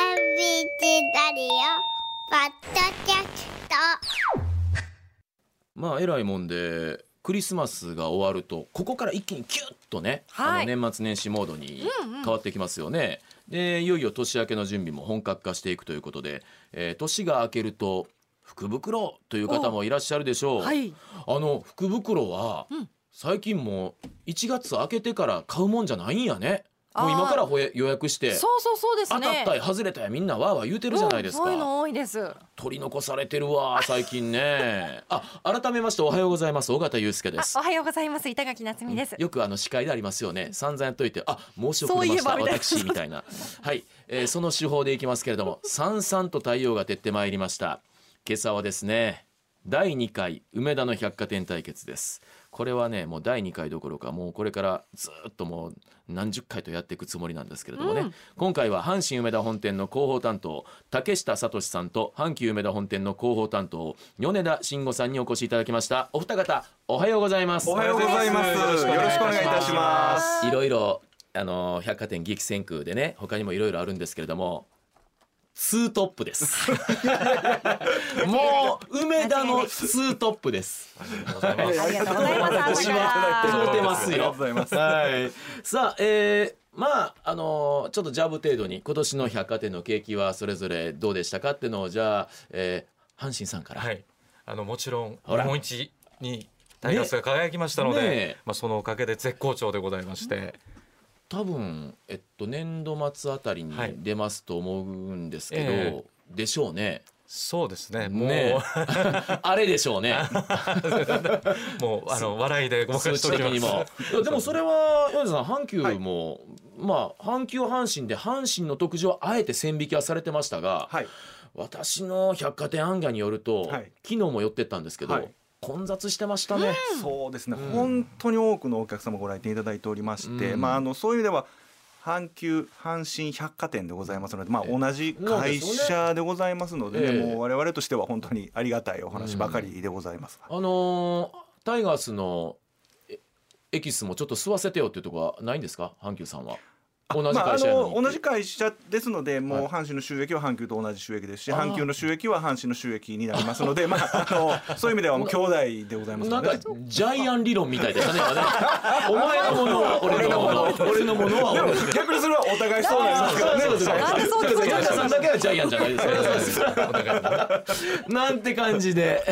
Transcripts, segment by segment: チラリオポッドキャストまあえらいもんでクリスマスが終わるとここから一気にキュッとね、はあいの年末年始モードにうんうん変わってきますよね。でいよいよ年明けの準備も本格化していくということで、えー年が明けると福袋という方もいらっしゃるでしょう。はい。あの福袋は、うん最近もう1月明けてから買うもんじゃないんやね。もう今あーからほえ予約して、そうそうそうです当ね。たったや外れたやみんなわーわー言うてるじゃないですか。うんそういうの多いです。取り残されてるわ最近ねあ改めましておはようございます尾形祐介であ、すおはようございます。板垣夏美です。よくあの司会でありますよね散々やっといてあ申し遅れましたそういえばみたいな私みたいなはい、えーその手法でいきますけれどもさんさんと太陽が照ってまいりました今朝はですね第2回梅田の百貨店対決ですこれはねもう第2回どころかもうこれからずっともう何十回とやっていくつもりなんですけれどもね、うん今回は阪神梅田本店の広報担当竹下聡さんと阪急梅田本店の広報担当米田慎吾さんにお越しいただきましたお二方おはようございますおはようございます。よろしくお願いいたします。いろいろあの百貨店激戦区でね他にもいろいろあるんですけれどもツートップです もう梅田のツートップです ありがとうございます。私は朝聞かいてますありがとようございますはいさあえーまああのちょっとジャブ程度に今年の百貨店の景気はそれぞれどうでしたかってのをじゃあ、えー阪神さんから、はい、あのもちろんほ日ら本一にタイガースが輝きましたので、ねえまあそのおかげで絶好調でございまして、多分えっと年度末あたりにはい出ますと思うんですけど、えでしょうねそうですね、もう、ね あれでしょう ねもうあの笑いでごまか数して値お的ります。にもい やでもそれは米田さん阪急も、まあ阪急阪神で阪神の特需はあえて線引きはされてましたが、はい。私の百貨店案外によると、はい昨日も寄ってったんですけど、はい混雑してましたね。そうですねうん。本当に多くのお客様ご来店いただいておりまして、うんまああのそういう意味では阪急阪神百貨店でございますので、まあええ同じ会社でございますのでね、ええもう我々としては本当にありがたいお話ばかりでございます。あのータイガースのえエキスもちょっと吸わせてよっていうところはないんですか阪急さんは。同じまあ、あ会社やののに同じ会社ですので、もはうい阪神の収益は阪急と同じ収益ですし、あー阪急の収益は阪神の収益になりますので、まあ、あのそういう意味ではもう兄弟でございますなのんでね、かジャイアン理論みたいでしたね。 今ねお前のものは俺のもの、俺のものは俺のもの。逆にそれはお互いそうなんですけどね。そうそうそうなんでそう聞こえちゃ米う田さんだけはジャイアンじゃないですから お互いになんて感じで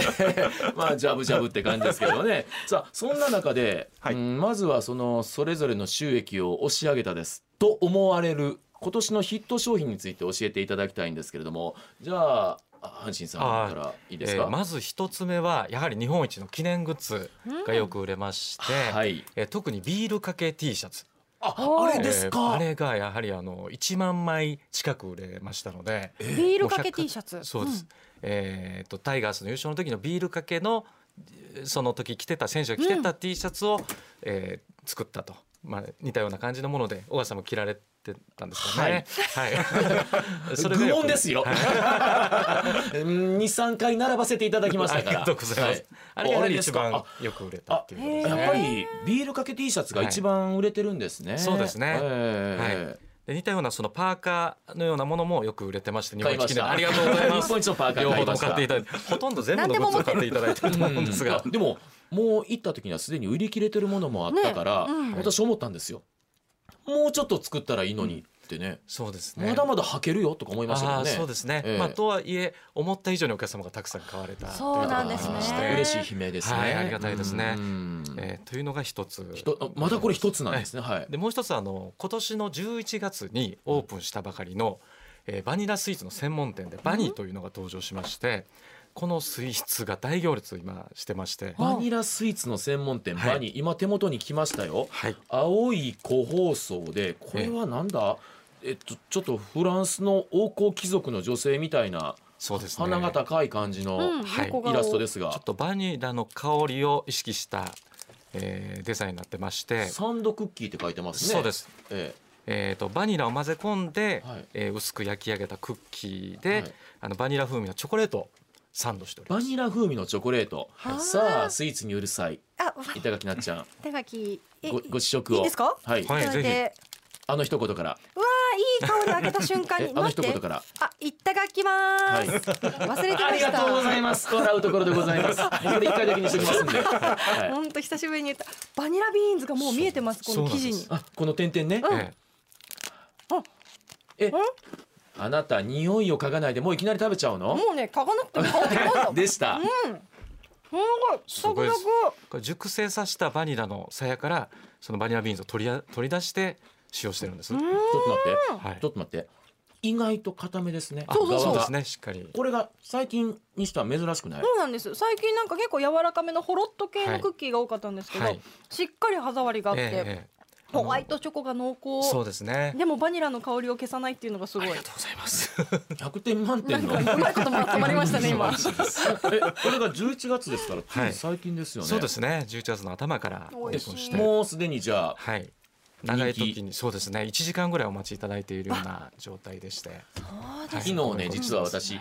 まあジャブジャブって感じですけどねさあそんな中で、はいうんまずはそのそれぞれの収益を押し上げたですと思われる今年のヒット商品について教えていただきたいんですけれどもじゃあ阪神さんからいいですえか、ーまず一つ目はやはり日本一の記念グッズがよく売れまして、はいえー特にビールかけ T シャツ、あおあーれですえーか、あれがやはりあの1万枚近く売れましたので、ビールかけ T シャツ。そうです、えーっとタイガースの優勝の時のビールかけのえーその時着てた選手が着てうた T シャツを、えー作ったと、まあ、似たような感じのもので小川さんも着られてたんですよね。は い、愚問ですよ、はい 23回並ばせていただきましたあかりらがとうございます。あれがやはり一番よく売れたっていうことですやね。っぱりビールかけ T シャツが一番売れてるんですね。そうですねえで似たようなそのパーカーのようなものもよく売れてましてえ日本買いま一記し念た。ありがとうございま日す本。一のパーカー両買い方まともした買っていただいてほとんど全部のグッズを買っていただいてると思うんですがうん、でももう行った時にはすでに売り切れてるものもあったから、ねうん私思ったんですよ。もうちょっと作ったらいいのにってね。そうですね。まだまだ履けるよとか思いましたあよあね。そうですね、ええまあとはいえ思った以上にお客様がたくさん買われたそうなんですねということがありまして嬉しい悲鳴ですね。はいありがたいですねうんえーというのが一つひとまだこれ一つなんですね。はい。でもう一つあの今年の11月にオープンしたばかりの、えーバニラスイーツの専門店でバニーというのが登場しまして、このスイーツが大行列を今してまして、バニラスイーツの専門店、はいバニー今手元に来ましたよ。はい青い個包装でこれはなんだえっとちょっとフランスの王侯貴族の女性みたいなそうですね鼻がちょ高い感じうん。のはい横イ顔ラストですがっとバニラの香りを意識した、えーデザインになってまして、サンドクッキーって書いてますねそうですええー、とバニラを混ぜ込んで、はいえー薄く焼き上げたクッキえーで、はいあのバニラ風味のチョコレートをサンドしておりまバす。ニラ風味のチョコレートはいさあスイーツにうるさいあ、板垣なっちゃん手書き。えごご試食をいいですかはいはいいただいてぜあの一言からうわいい顔で開けた瞬間 えにあの待一って言からあいただきまはいす、忘れてあまりしたがとうございます笑うところでございますこれ一回だけにしときます んで、はい、本当久しぶりに言ったバニラビーンズがもう見えてますこの生地そうにあこの点々ねえええあなた匂いを嗅がないでもういきなり食べちゃうのもうね嗅がなくても香ってこないんだ でしたすごいサクサすこれ熟成させたバニラのさやからそのバニラビーンズを取りや取り出して使用してるんです。クうはんちょっと待って、ちょ。っと待いって意外と固めですねあそうそうそ側うでがすねしっかり。これが最近にしては珍しくない、そうなんです最近なんか結構柔らかめのほろっと系のクッキーが多かったんですけど、はいしっかり歯触りがあって、ええホワイトチョコが濃厚そうですね。でもバニラの香りを消さないっていうのがすごい。ございます。 100点満なん点のかうまいことまとまりましたね今。えこれが11月ですからつはいい最近ですよね、そうですね。11月の頭からオ美ー味プンししいて、もうすでにじゃあはい。長い人時にそうですね。1時間ぐらいお待ちいただいているような状態でして。昨日ね実は私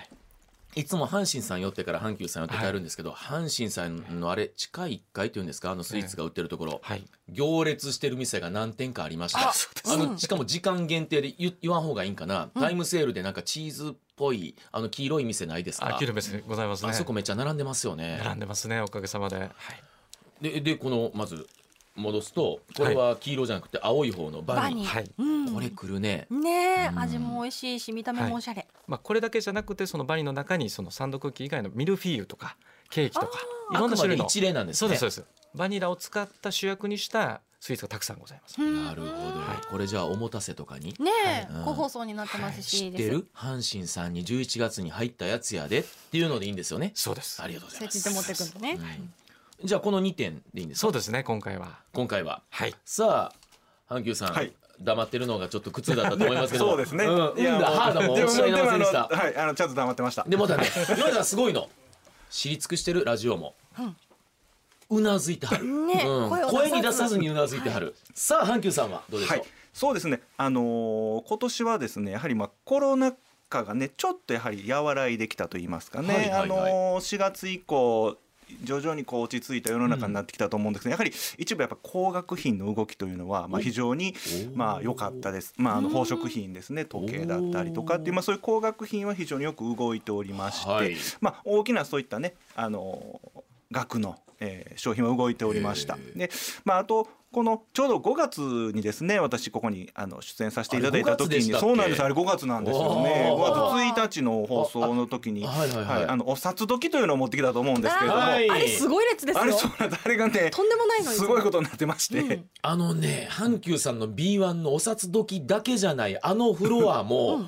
いつも阪神さん寄ってから阪急さん寄って帰るんですけど、阪神さんのあれ地下1階っていうんですかあのスイーツが売ってるところ、はい。行列してる店が何店かありましたあのしかも時間限定で言言わん方がいいんかな、タイムセールでなんかチーズっぽいあの黄色い店ないですかあ、キルベスございますね。あそこめっちゃ並んでますよね並んでますね。おかげさまで。はい。ででこのまず戻すとこれは黄色じゃなくて青い方のバニー、はい。うんこれくるね、ねえうん味も美味しいし見た目もおしゃれ。まあ、これだけじゃなくてそのバニの中にそのサンドクッキー以外のミルフィーユとかケーキとかいあろんくなま種で類の一例なんですそうでねすそうですバニラを使った主役にしたスイーツがたくさんございます。うんなるほど、これじゃあおもたせとかにねえはいうん個包装になってますし知いっいですてる阪神さんに11月に入ったやつやでっていうのでいいんですよねそうですありがとうございそうまやってす持ってくるのね。じゃあこの2点でいいんですかそうですね今回は今回ははいさあ阪急さん、はい黙ってるのがちょっと苦痛だったと思いますけどそうですね。うん、いやうんだハードもおっでしゃいませんでしでもたあのはい、あのちゃんと黙ってました。でまたね今田さんすごいの知り尽くしてるラジオも、うなずいてはる、ねうん声を出さず声に出さずにうなずいてはる、さあ阪急さんはどうでしょう、はい、そうですね。あのー今年はですね、やはりまあコロナ禍がね、ちょっとやはり和らいできたと言いますかね。はいはいはいあのー4月以降。徐々にこう落ち着いた世の中になってきたと思うんですけど、やはり一部やっぱ高額品の動きというのはまあ非常におまあ良かったです。まああの宝飾品ですね、時計だったりとかっていうまあそういう高額品は非常によく動いておりまして、はいまあ、大きなそういったね、あのー額の、えー商品は動いておりました。で、まあ、あとこのちょうど5月にですね私ここにあの出演させていただいた時あれ5月でしにたっけそうなんですあれ5月なんですよねおー5月1日の放送の時にああはいはいはいあのお札時というのを持ってきたと思うんですけれども、はいあれすごい列ですよあ。れそうなんですあれがねとんでもないのにすごいことになってまして、あのね阪急さんの B1 のお札時だけじゃないあのフロアも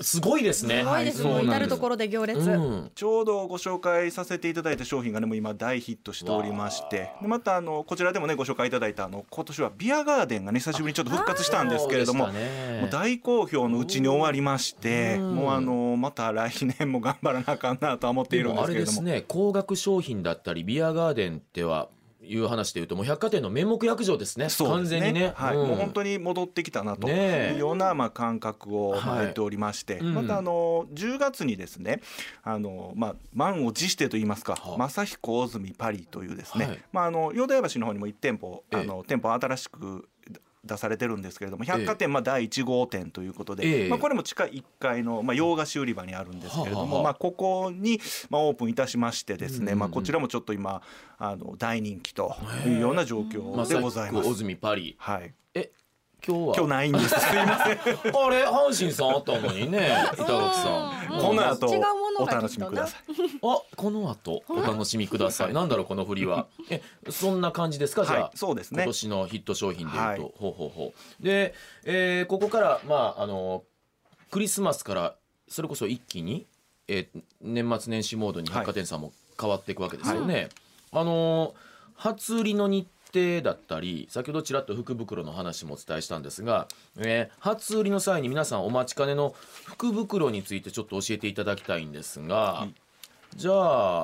すごいですね。すごいですはもうそうな至んでるす所で行列。うんちょうどご紹介させていただいた商品がねもう今大ヒットしておりましてでまたあのこちらでもねご紹介いただいたあの今年はビアガーデンがね久しぶりにちょっと復活したんですけれどもそうでしたねもう大好評のうちに終わりましてうんもうあのまた来年も頑張らなあかんなとは思っていでるんもであすれけれでどもすね高額商品だったりビアガーデンではいう話でいうともう百貨店の面目役場ですねそう完です全にね。はいんもう本当に戻ってきたなとねいえうようなまあ感覚をまあはい得ておりまして、うんまたあの10月にですねあの、まあ、満を持してといいますかはあ「正彦大住パリ」というですね、はいまあ、あの淀屋橋の方にも1店舗ええあの店舗新しく出されてるんですけれどもえ百貨店まあ第1号店ということで、ええまあ、これも地下1階の、まあ、洋菓子売り場にあるんですけれども、はあはあまあ、ここに、まあ、オープンいたしましてですね、うんまあ、こちらもちょっと今あの大人気というような状況でございまさき小ます。泉パリはいえ今日今は日ないん です。すいません。あれ阪神さんあったのに ね板垣さん。うんこの後違うものおが楽きっしとなみください。あこの後お楽しみください。なんだろうこの振りは。えそんな感じですかじゃあ、はい、そうです今ね。年のヒット商品でいうと、はいほうほうほうで、えーここからまああのクリスマスからそれこそ一気に、えー年末年始モードにはい百貨店さんも変わっていくわけですよね。あの初売りの日程だったり先ほどちらっと福袋の話もお伝えしたんですが、えー初売りの際に皆さんお待ちかねの福袋についてちょっと教えていただきたいんですが、いじゃ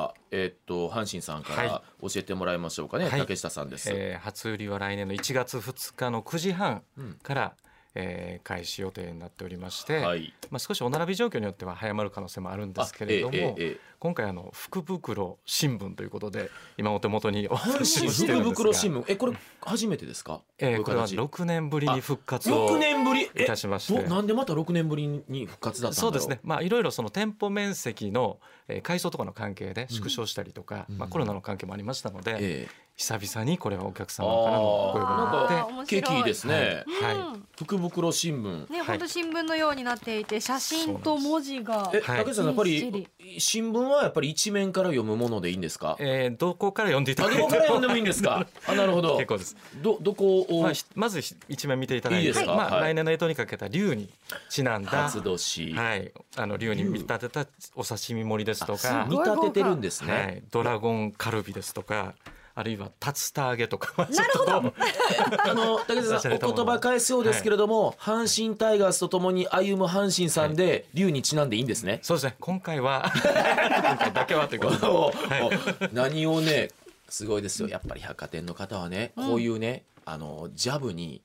あ、えっと阪神さんからは教えてもらいましょうかね、はい竹下さんです。えー初売りは来年の1月2日の9時半から、えー開始予定になっておりまして、はい。まあ、少しお並び状況によっては早まる可能性もあるんですけれども、あええええええ今回あの福袋新聞ということで今お手元に阪お話神しして福るん袋ですが新聞、え、これ初めてですか。えーここうれいうは形6年ぶりに復活を六年ぶり。えいたしましてどなんでまた六年ぶりに復活だったんだろそうですね。まあいろいろその店舗面積のえー改装とかの関係で縮小したりとか、うんまあコロナの関係もありましたので、ええ久々にこれはお客あ様からのご要望がああーってあ、面白いケーキですね。はいうん福袋新聞。ね、は本い当新聞のようになっていて、写真と文字が。え、はい竹内さん、やっぱり新聞はやっぱり一面から読むものでいいんですか。えーどこから読んでいたあ、だいてどもこから読んでもいいんです か。あ、なるほど。結構です。ど、どこを。まあひまずひ一面見ていただいて、いいですかまあ、はい来年の干支にかけた龍にちなんだ活、動し。はい、あの龍に見立てたお刺身盛りですとあか見、立ててるんですね。はい、ドラゴンカルビですとか、あるいは竜田揚げとか、なるほど。あ の竹内さん、お言葉返すようですけれども、阪神タイガースとともに歩む阪神さんで、龍にちなんでいいんですね。そうですね。今回は 今回だけはということで。お何をね、すごいですよ。やっぱり百貨店の方はね、こういうね、あのジャブに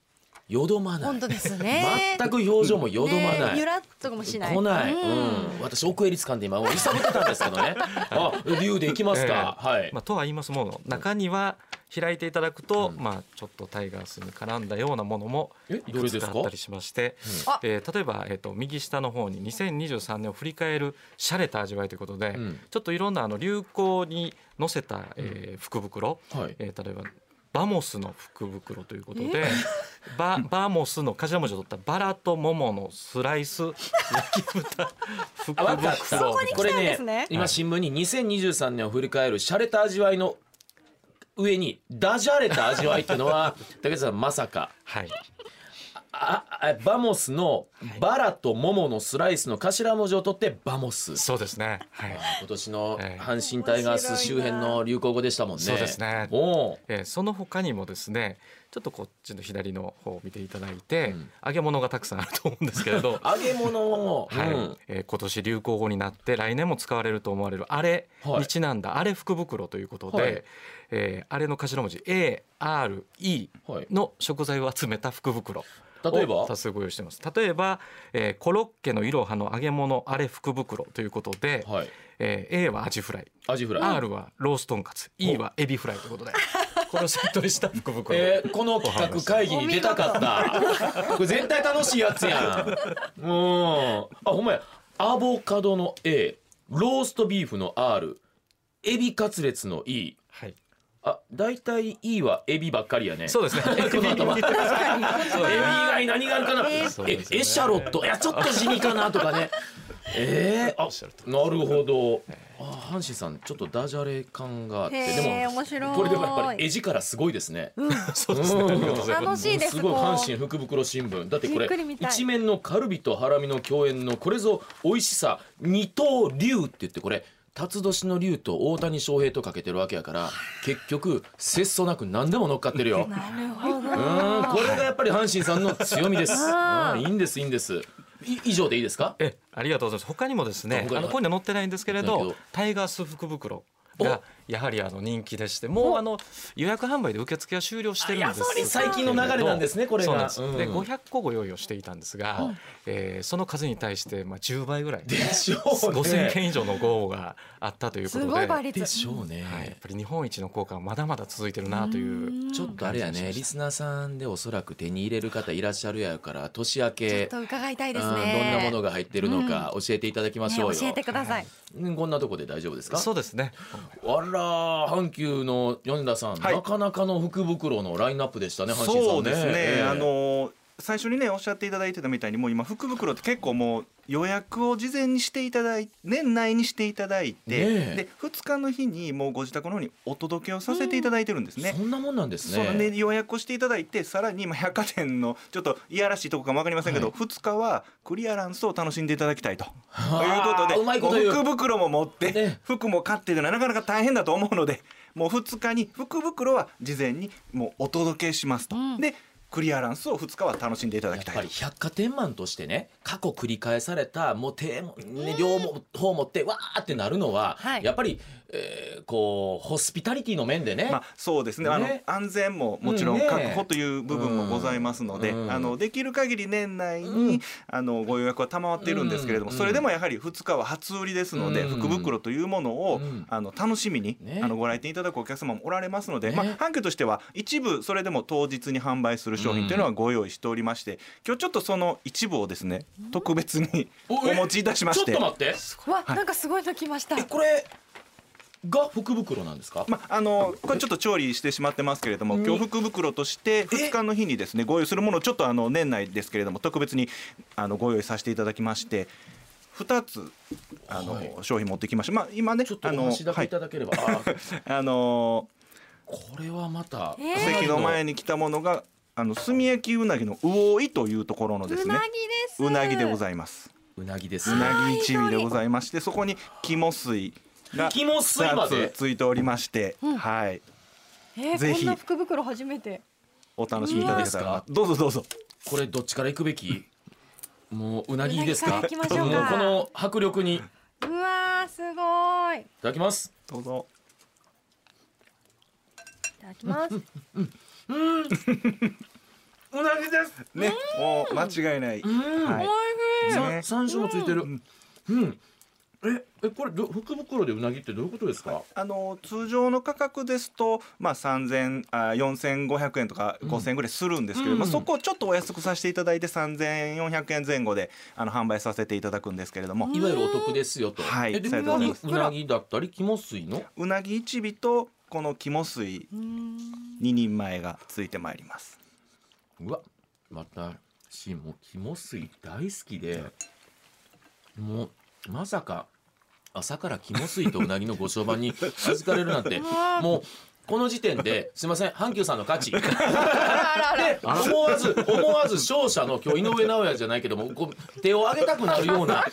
よどまない本当。ですね。全く表情もよどまなねゆい。らっとかもしない。来ない、ううんん、私奥襟掴んで今揺さぶってたんですけど ね。あ、龍でいきますか。ええはいま。あとは言いますもの中には開いていただくと、まあちょっとタイガースに絡んだようなものもえいどれくでつすかかあったりしまして、あえー例えばえっ、と右下の方に2023年を振り返る洒落た味わいということで、うんちょっといろんなあの流行に載せた、えー福袋、はいえー例えばバモスの福袋ということで。ババモスの頭文字を取ったバラとモモのスライス焼き豚福あ、わかっ袋た。これたんでねすね今新聞に2023年を振り返る洒落た味わいの上にダジャレた味わいっていうのは竹内さんまさかはいああバモスのバラとモモのスライスの頭文字を取ってバモス。そうですねはい今年のええ阪神タイガース周辺の流行語でしたもんね。そうですねおうえー、その他にもですねちょっとこっちの左の方を見ていただいて、ん揚げ物がたくさんあると思うんですけ れど揚げ物を、はいうんえー今年流行語になって来年も使われると思われるあれはいにちなんだ、あれ福袋ということで、はいえーあれの頭文字 ARE はいの食材を集めた福袋例えばを多数ご用意してます例えば、えーコロッケのいろはの揚げ物あれ福袋ということで、はいえー A はアジフライアジフライ。 R はローストンカツ E はエビフライということでこれをセットにした福袋えーこの企画会議に出たかった。これ絶対楽しいやつやん。うん。あ、ほんまや。アボカドの A、ローストビーフの R、エビカツレツの E。はい、あ、大体 E はエビばっかりやね。そうう。ですね。 この後はエビ以外何があるかな。えそうですねエシャロット。いや、ちょっと地味かなとか ね。えー、あ、なるほど。あ、阪神さん、ちょっとダジャレ感があって、でへえ、も。面白い。これでもやっぱり絵力すごいですね。そうですね。ありがとうございます。楽しいです。すごいこう阪神福袋新聞だってこじっれくり見たい一面のカルビとハラミの共演のこれぞ美味しさ二刀流って言ってこれ辰年の竜と大谷翔平とかけてるわけやから結局節操なく何でも乗っかってるよ。 なるほうーんど。これがやっぱり阪神さんの強み です。あーうんいいんですいいんです。い以上でいいですか？え、ありがとうございます。他にもですね、他にあのここには載ってないんですけれだけどど、タイガース福袋。がやはりあの人気でしてもうあの予約販売で受付は終了してるんですあやっぱり最近の流れなんですねこれがそうなんです、うんで500個ご用意をしていたんですが、えーその数に対してまあ10倍ぐらいでしょうね。 5000件以上のご応募があったということすでごい倍率。でしょうね。はい、やっぱり日本一の効果はまだまだ続いてるなというちょっとあれやねリスナーさんでおそらく手に入れる方いらっしゃるやから年明ちょけっと伺いたいですうんね。どんなものが入ってるのか教えていただきましょうよ。ね教えてください。うんこんなとこで大丈夫ですか。そうですねあらー、阪急の米田さん、はいなかなかの福袋のラインナップでしたね。阪神さんねそうですね、ええあの最初にねおっしゃっていただいてたみたいにもう今福袋って結構もう予約を事前にしていただい年内にしていただいて、ねえで2日の日にもうご自宅の方にお届けをさせていただいてるんですね。そんなもんなんですそうね。ね、予約をしていただいてさらにまあ百貨店のちょっといやらしいとこかも分かりませんけど、は2日はクリアランスを楽しんでいただきたいと。というあーことでうまいこと言うもう福袋も持って、ね服も買ってというのはなかなか大変だと思うのでもう2日に福袋は事前にもうお届けしますと。でクリアランスを2日は楽しんでいただやきったいぱとり百貨店マンとしてね過去繰り返されたもう手も、ね、両方持ってわーってなるのは、はいやっぱり、えーこうホスピタリティの面でね、まあ、そうですねあのね安全ももちろんうんね確保という部分もございますので、うんあのできる限り年内に、うんあのご予約は賜っているんですけれども、うんそれでもやはり2日は初売りですので、うん福袋というものを、うんあの楽しみに、ねあのご来店いただくお客様もおられますので、ねまあ、販拠としては一部それでも当日に販売する商品というのはご用意しておりまして、今日ちょっとその一部をですね特別におお持ちいたしまちょし。ってと待ってわ、なんかすごいのきました。えこれが福袋なんですか、まあのこれちょっと調理してしまってますけれどもに今日福袋として2日の日にですねご用意するものをちょっとあの年内ですけれども特別にあのご用意させていただきまして2つあの、はい商品持ってきました、まあ、今ねちょっとあおの、話だはけいい、ただけ れば、あーあのこれはまた、えーー席の前に来たものがあの炭焼きうなぎの魚いというところのですうねなぎです。うなぎでごいざいますうなぎですうなぎ一味でございましてそこに肝水が肝水ま2でつついておりまして、うんはいえー、ぜこひんな福袋初めて。お楽しみいただけたらいいなでどうぞどうぞこれどっちから行くべきもううなぎですかうなぎから行きましょうかもうこの迫力にいうわー、すごい。いただきますどうぞただ きます。うなぎですね、もう間違いない。うん、はいおいしい。ね山椒もついてるんうん、ええこれど福袋でうなぎってどういうことですか、あの通常の価格ですと、まあ、3000あ4500円とか5000円ぐらいするんですけど、うんまあ、そこをちょっとお安くさせていただいて3400円前後であの販売させていただくんですけれども、い、わゆるお得ですよと、はいえでさうようでごなぎざいますうなぎだったり肝水のうなぎ一尾とこの肝水うーん2人前がついてまいります。うわまたしもう肝水大好きでもうまさか朝から肝水とうなぎのご相伴 に預かれるなんてわもうこの時点ですいません阪急さんの価値であらあら。思わず思わず勝者の今日井上尚弥じゃないけどもこう手を挙げたくなるような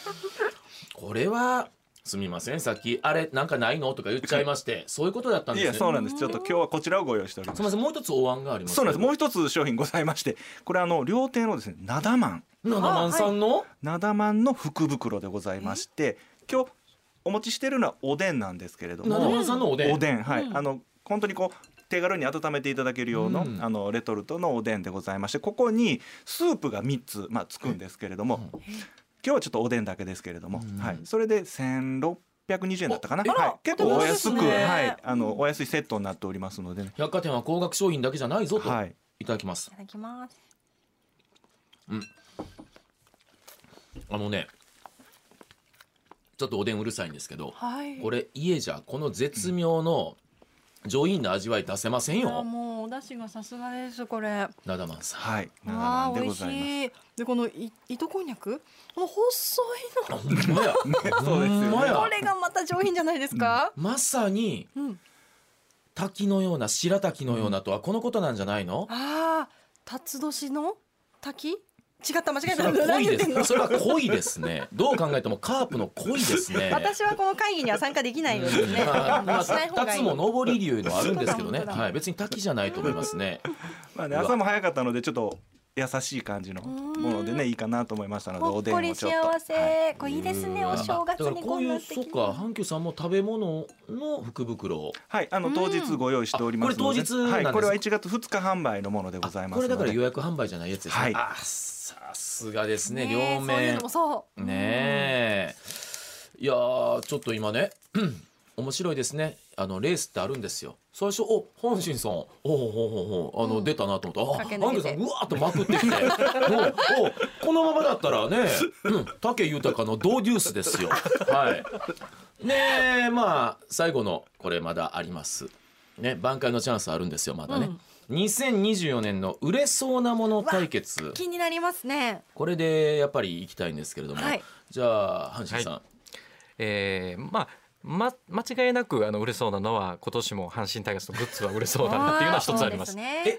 これはすみませんさっき「あれなんかないの?」とか言っちゃいましてそういうことだったんいですやねそうなんですちょっと今日はこちらをご用意しておりますすみませんもう一つお椀がありますそうなんですもう一つ商品ございましてこれあの料亭のですねなだまん七万さんのなだまんの福袋でございまして今日お持ちしてるのはおでんなんですけれど七も万さんのおでんおでんはい、うんあの本当にこう手軽に温めていただけるような、うんあのレトルトのおでんでございましてここにスープが3つ、まあ、つくんですけれども、今日はちょっとおでんだけですけれども、うんはい、それで1620円だったかな、おえはい、結構お安おく、得ですねはい、あのお安いセットになっておりますのでね、百貨店は高額商品だけじゃないぞと、、はいい、ただきますいただきます。あのねちょっとおでんうるさいんですけどはい。これ家じゃこの絶妙の上品な味わい出せませんあよ、もうお出汁がさすがですこれ。わなだまんさんはい、なだまあんで美ご味ざいます。しい。でこのい糸こんにゃくこの細いあのほんま やそうですよねほんまやこれがまた上品じゃないですか。まさにうん。滝のような白滝のようなとはこのことなんじゃないの、ああ辰年の滝違った間違えそた。れは何恋言っでてんのすそれは恋ですねどう考えてもカープの恋ですね 私はこの会議には参加できないようですね。はいまあ、しない方二がいつい。も上り流のあるんですけどね、そうだそうだはい、別に滝じゃないと思いますね。まあね、うわ朝も早かったのでちょっと優しい感じのものでねいいかなと思いましたのでほおっでんこもりちょっと、幸はいせ。これいいですね。お正月だからにここういんなう素そっ敵な。か阪急さんも食べ物の福袋をはいあの当日ご用意しておりますので、あこれ当日なんですはかい、これは1月2日販売のものでございますこれだのからで予約販売じゃないやつですね、はいあさすがですねねえ両そういう面のもそう。ねえいやーちょっと今ね 面白いですねあのレースってあるんですよ最初お本心さんおおおおあの、うん出たなと思ったあ駆けア抜ンケけてさんうわーっとまくって きておおこのままだったらね、うん、武豊のドーデュースですよはいねえまあ最後のこれまだありますね挽回のチャンスあるんですよまだね、2024年の売れそうなもの対決気になりますね。これでやっぱり行きたいんですけれども、はいじゃあ阪神さん、えーまあま、間違いなくあの売れそうなのは今年も阪神タイガースのグッズは売れそうだなっていうのは一つありまーす。そうですね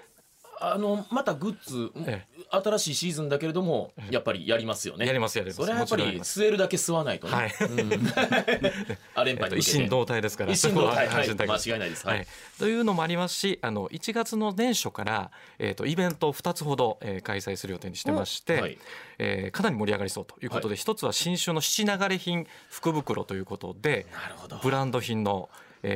あのまたグッズ、え新しいシーズンだけれどもやっぱりやりますよね。やりますやりますそれはやっぱもちろんやりります吸えるだけ吸わないとね。はいうんあ連えっ覇とに向けて 一心同体ですから一心同体そこは安心だけはい間違いないですははいい、というのもありますしあの1月の年初から、えっとイベントを2つほど、えー開催する予定にしてまして、はいえーかなり盛り上がりそうということで、一つは新種の七流れ品福袋ということでなるほどブランド品の、え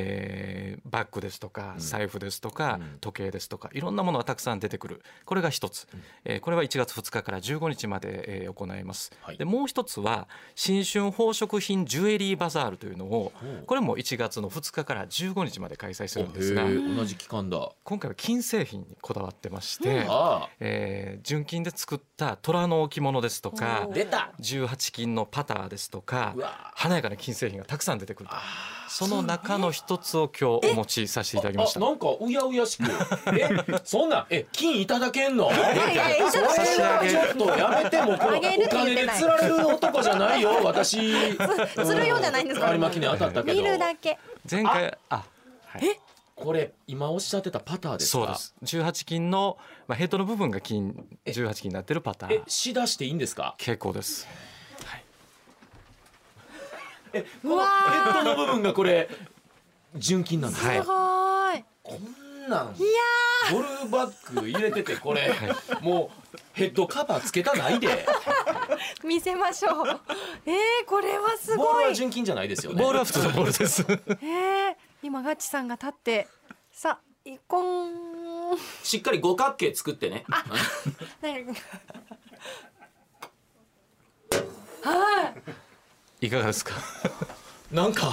ーバッグですとか財布ですとか、うん時計ですとかいろんなものがたくさん出てくるこれが一つ、えーこれは1月2日から15日まで、えー行います、はいでもう一つは新春宝飾品ジュエリーバザールというのをほうこれも1月の2日から15日まで開催するんですがおへー同じ期間だ。今回は金製品にこだわってまして、あえー純金で作った虎の置物ですとかあお出た。 18金のパターですとかうわ華やかな金製品がたくさん出てくるとあその中の一つを今日お持ちさせていただきましたあなんかうやうやしく。えそんなんえ金いただけんの？やいやいやそれはちょっとやめてもこのあおげるって言っ金てないで釣られる男じゃないよ私。釣るようじゃないんですか有馬記念当たったけど見。るだけ前回あはいこれ今おっしゃってたパターですか。そうです18金の、まあ、ヘッドの部分が金18金になってるパターえンしだしていいんですか。傾向ですうわヘッドの部分がこれ純金なんです。はいーすごいこんなん。いやゴルフバッグ入れててこれもうヘッドカバーつけたないで。見せましょうえー、これは すボーごルいは純金じゃないですよね。ボールは普通のボールです えー、今ガッチさんが立ってさあ一婚しっかり五角形作ってね。なんかはいいかがですかなんか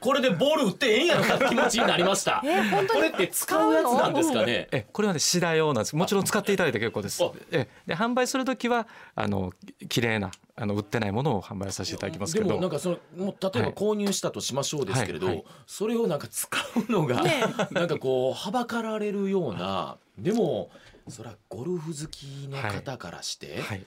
これでボール打ってええんやろ なって気持ちになりました。えー本当こにれって使うやつなんですかね。えこれはねシダ用なんですもちろん使っていただいて結構ですあえで販売する時はあの綺麗なあの売ってないものを販売させていただきますけでどもなんかそのもう例えばはい購入したとしましょうですけれど、はいはいそれをなんか使うのが、ねなんかこうはばかられるようなでもそらゴルフ好きの方からして、はい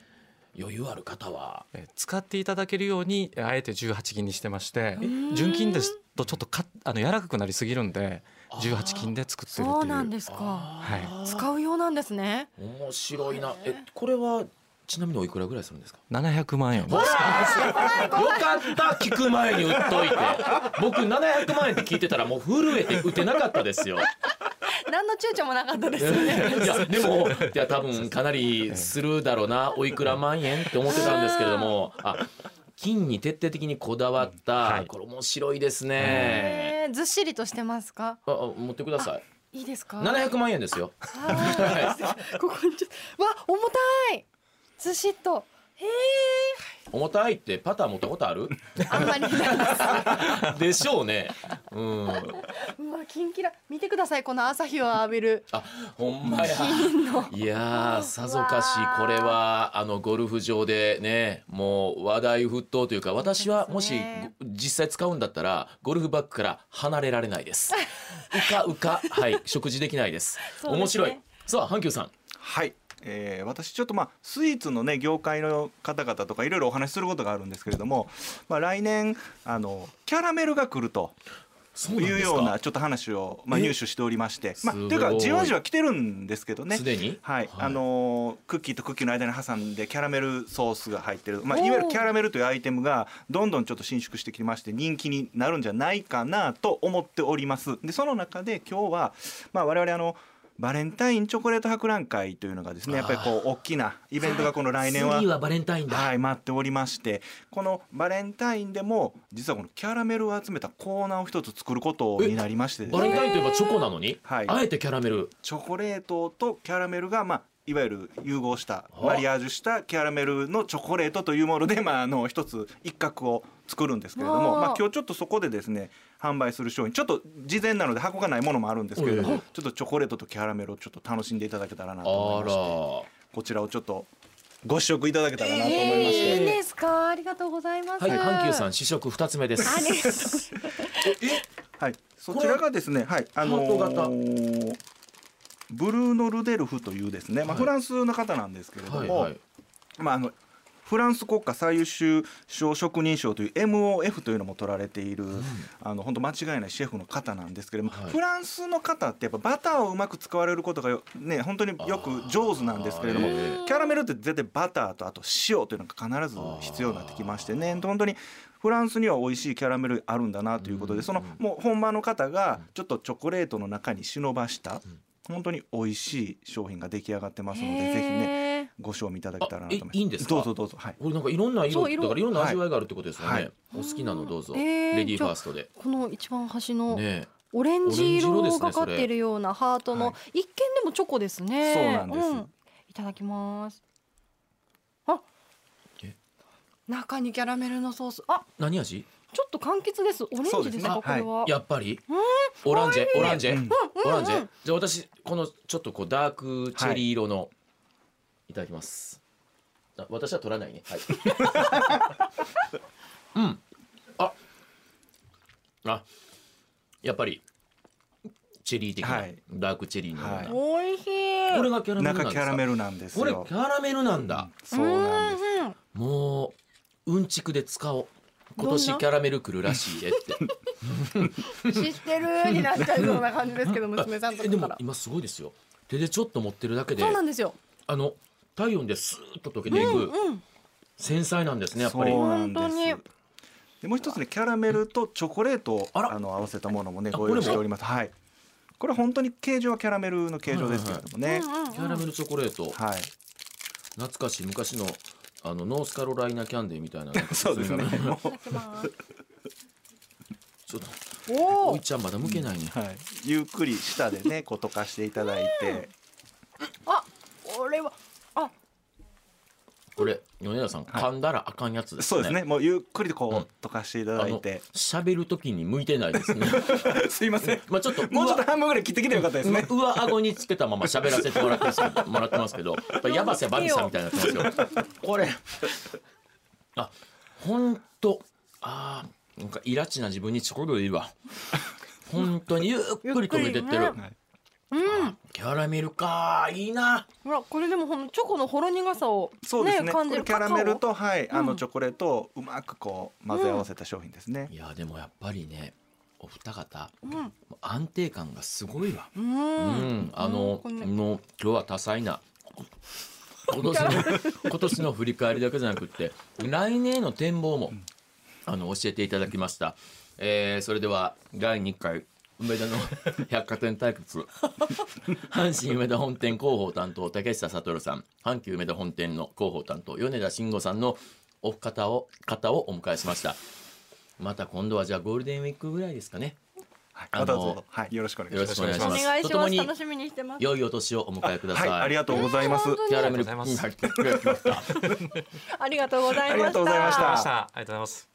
余裕ある方はえ使っていただけるようにあえて18金にしてまして純金ですとちょっとかあの柔らかくなりすぎるんで18金で作ってるっていうそうなんですかは使うようなんですね面白いなえこれはちなみにおいくらぐらいするんですか700万円ですほらよかった聞く前に売っといて僕700万円って聞いてたらもう震えて打てなかったですよ何の躊躇もなかったですよねいやでもいや多分かなりするだろうなおいくら万円って思ってたんですけれどもあ金に徹底的にこだわった、はいこれ面白いですね、えー、ずっしりとしてますかああ持ってくださいいいですか700万円ですよあー ここにちょっとわ重たいずしっとへ重たいってパター持ったことあるえあんまりないですでしょうねうんうわキンキラ見てくださいこの朝日を浴びるあほんまやいやーさぞかしこれはあのゴルフ場でねもう話題沸騰というか私はもしそうですねご実際使うんだったらゴルフバッグから離れられないです うかうかはい食事できないですそうですね面白いさあ阪急さんはい、えー私ちょっとまあスイーツのね業界の方々とかいろいろお話しすることがあるんですけれども、まあ、来年あのキャラメルが来るとそいうようなちょっと話を、まあ、え入手しておりまして、まあ、すごいというかじわじわ来てるんですけどねす。でにはい、あのークッキーとクッキーの間に挟んでキャラメルソースが入ってる、まあ、おーいわゆるキャラメルというアイテムがどんどんちょっと伸縮してきまして人気になるんじゃないかなと思っておりますでその中で今日は、まあ、我々あのバレンタインチョコレート博覧会というのがですねやっぱりこう大きなイベントがこの来年は次はバレンタインだ、はい、待っておりましてこのバレンタインでも実はこのキャラメルを集めたコーナーを一つ作ることになりましてですバレンねタインといえばチョコなのに、はいあえてキャラメルチョコレートとキャラメルが、まあ、いわゆる融合したマリアージュしたキャラメルのチョコレートというもので、まあ、あの一つ一角を作るんですけれども、わあまあ、今日ちょっとそこでですね販売する商品ちょっと事前なので箱がないものもあるんですけれどおいおもちょっとチョコレートとキャラメルをちょっと楽しんでいただけたらなあと思いましてらこちらをちょっとご試食いただけたらなと思いまして。えー、いいんですかありがとうございますはい阪急さん試食二つ目です ありがとうはい、そちらがですね、はい、あのハートーブルーノ・ルデルフというですね、まはあ、いフランスの方なんですけれども、はいはいまあ、あのフランス国家最優秀賞職人賞という MOF というのも取られている、あの本当間違いないシェフの方なんですけれども、はいフランスの方ってやっぱバターをうまく使われることがよね本当によく上手なんですけれどもあーえキャラメルって絶対バターとあと塩というのが必ず必要になってきましてね本当にフランスには美味しいキャラメルあるんだなということでそのもう本場の方がちょっとチョコレートの中に忍ばした本当に美味しい商品が出来上がってますのでぜひねね。ご賞味いただけたらなと思いまあす。えいいんですかどうぞどうぞはい。これなんかいろんな色そう色だからいろんな味わいがあるってことですよね、はいお好きなのどうぞ、えーレディーファーストでこの一番端のねオレンジオレンジ色で色すねがかってるようなハートのそ一見でもチョコですね。そうなんですいただきます。あえ、中にキャラメルのソース。あ、何味ちょっと柑橘です。オレンそうジですでねすか、これは。やっぱりオランジェオランジェ、うんオランジェじゃあ私このちょっとこうダークチェリー色の、い、ただきますあ私は取らないねはい うんああやっぱりチェリー的な、はいダークチェリーのような、はい美味しい。これがキャラメルなんです中かキャラメルなんですこれキよ。ャラメルなんだ、そうなんです。うんうんもううんちくで使おう今年どんキなャラメル来るらしいでって 知ってるになっちゃいそうな感じですけど、娘さんとえでかかもら。今すごいですよ手でちょっと持ってるだけでそうなんですよ。あの体温でスーッと溶けていく、うん。繊細なんですねやっぱりそうなんです本当にでもう一つねキャラメルとチョコレートをあらあの合わせたものもねあごこれも用意しております。はい。これ本当に形状はキャラメルの形状ですけれどもね。うんうんキャラメルチョコレート、はい。懐かしい昔のあのノースカロライナキャンデーみたいな そうですね。ちもうょっとおおいお。ちゃんまだ向けないね、はい、ゆっくり舌でねこう溶かしていただいてあ、これは。あ、これ米田さんはい噛んだらあかんやつですね、そうですねもうゆっくりこうんう溶かしていただいて、喋る時に向いてないですね すいませんまあちょっともうちょっと半分ぐらい切ってきてよかったですねう上顎につけたまま喋らせてもらってますけどもらってますけど、やっぱヤバセバビさんみたいになってますよ。これ、あ、本当、あー、なんかイラチな自分にちょうどいいわ。本当にゆっくり溶けてってる。ゆっくりはいうん。キャラメルかいいな。ほら、これでも、ほんのチョコのほろ苦さを。そうですねこ感じれる。キャラメルとはいあうのんチョコレートをうまくこう混ぜ合わせた商品ですね、いやでもやっぱりね、お二方カカオ。安定感がすごいわ。う。うんうん。ん、あの、うんもう今日は多彩な。今年 の、今年の振り返りだけじゃなくって、来年への展望も。あの、教えていただきました。えーそれでは、第2回。梅田の 百貨店対決 阪神梅田本店広報担当竹下悟さん阪急梅田本店の広報担当米田慎吾さんのお方を方をお迎えしましたまた今度はじゃあゴールデンウィークぐらいですかねはい、あのまたどうぞ、はい、よろしくお願いしよろましすくお願いしおます願いしととまもす。に楽しみにしてます。良いお年をお迎えくださ。はいい、ありがとうございます、本当にキャラメル。ありがとうござうんはいあいますりがとうございました。ありがとうございましありがとうございまたしたありがとうございます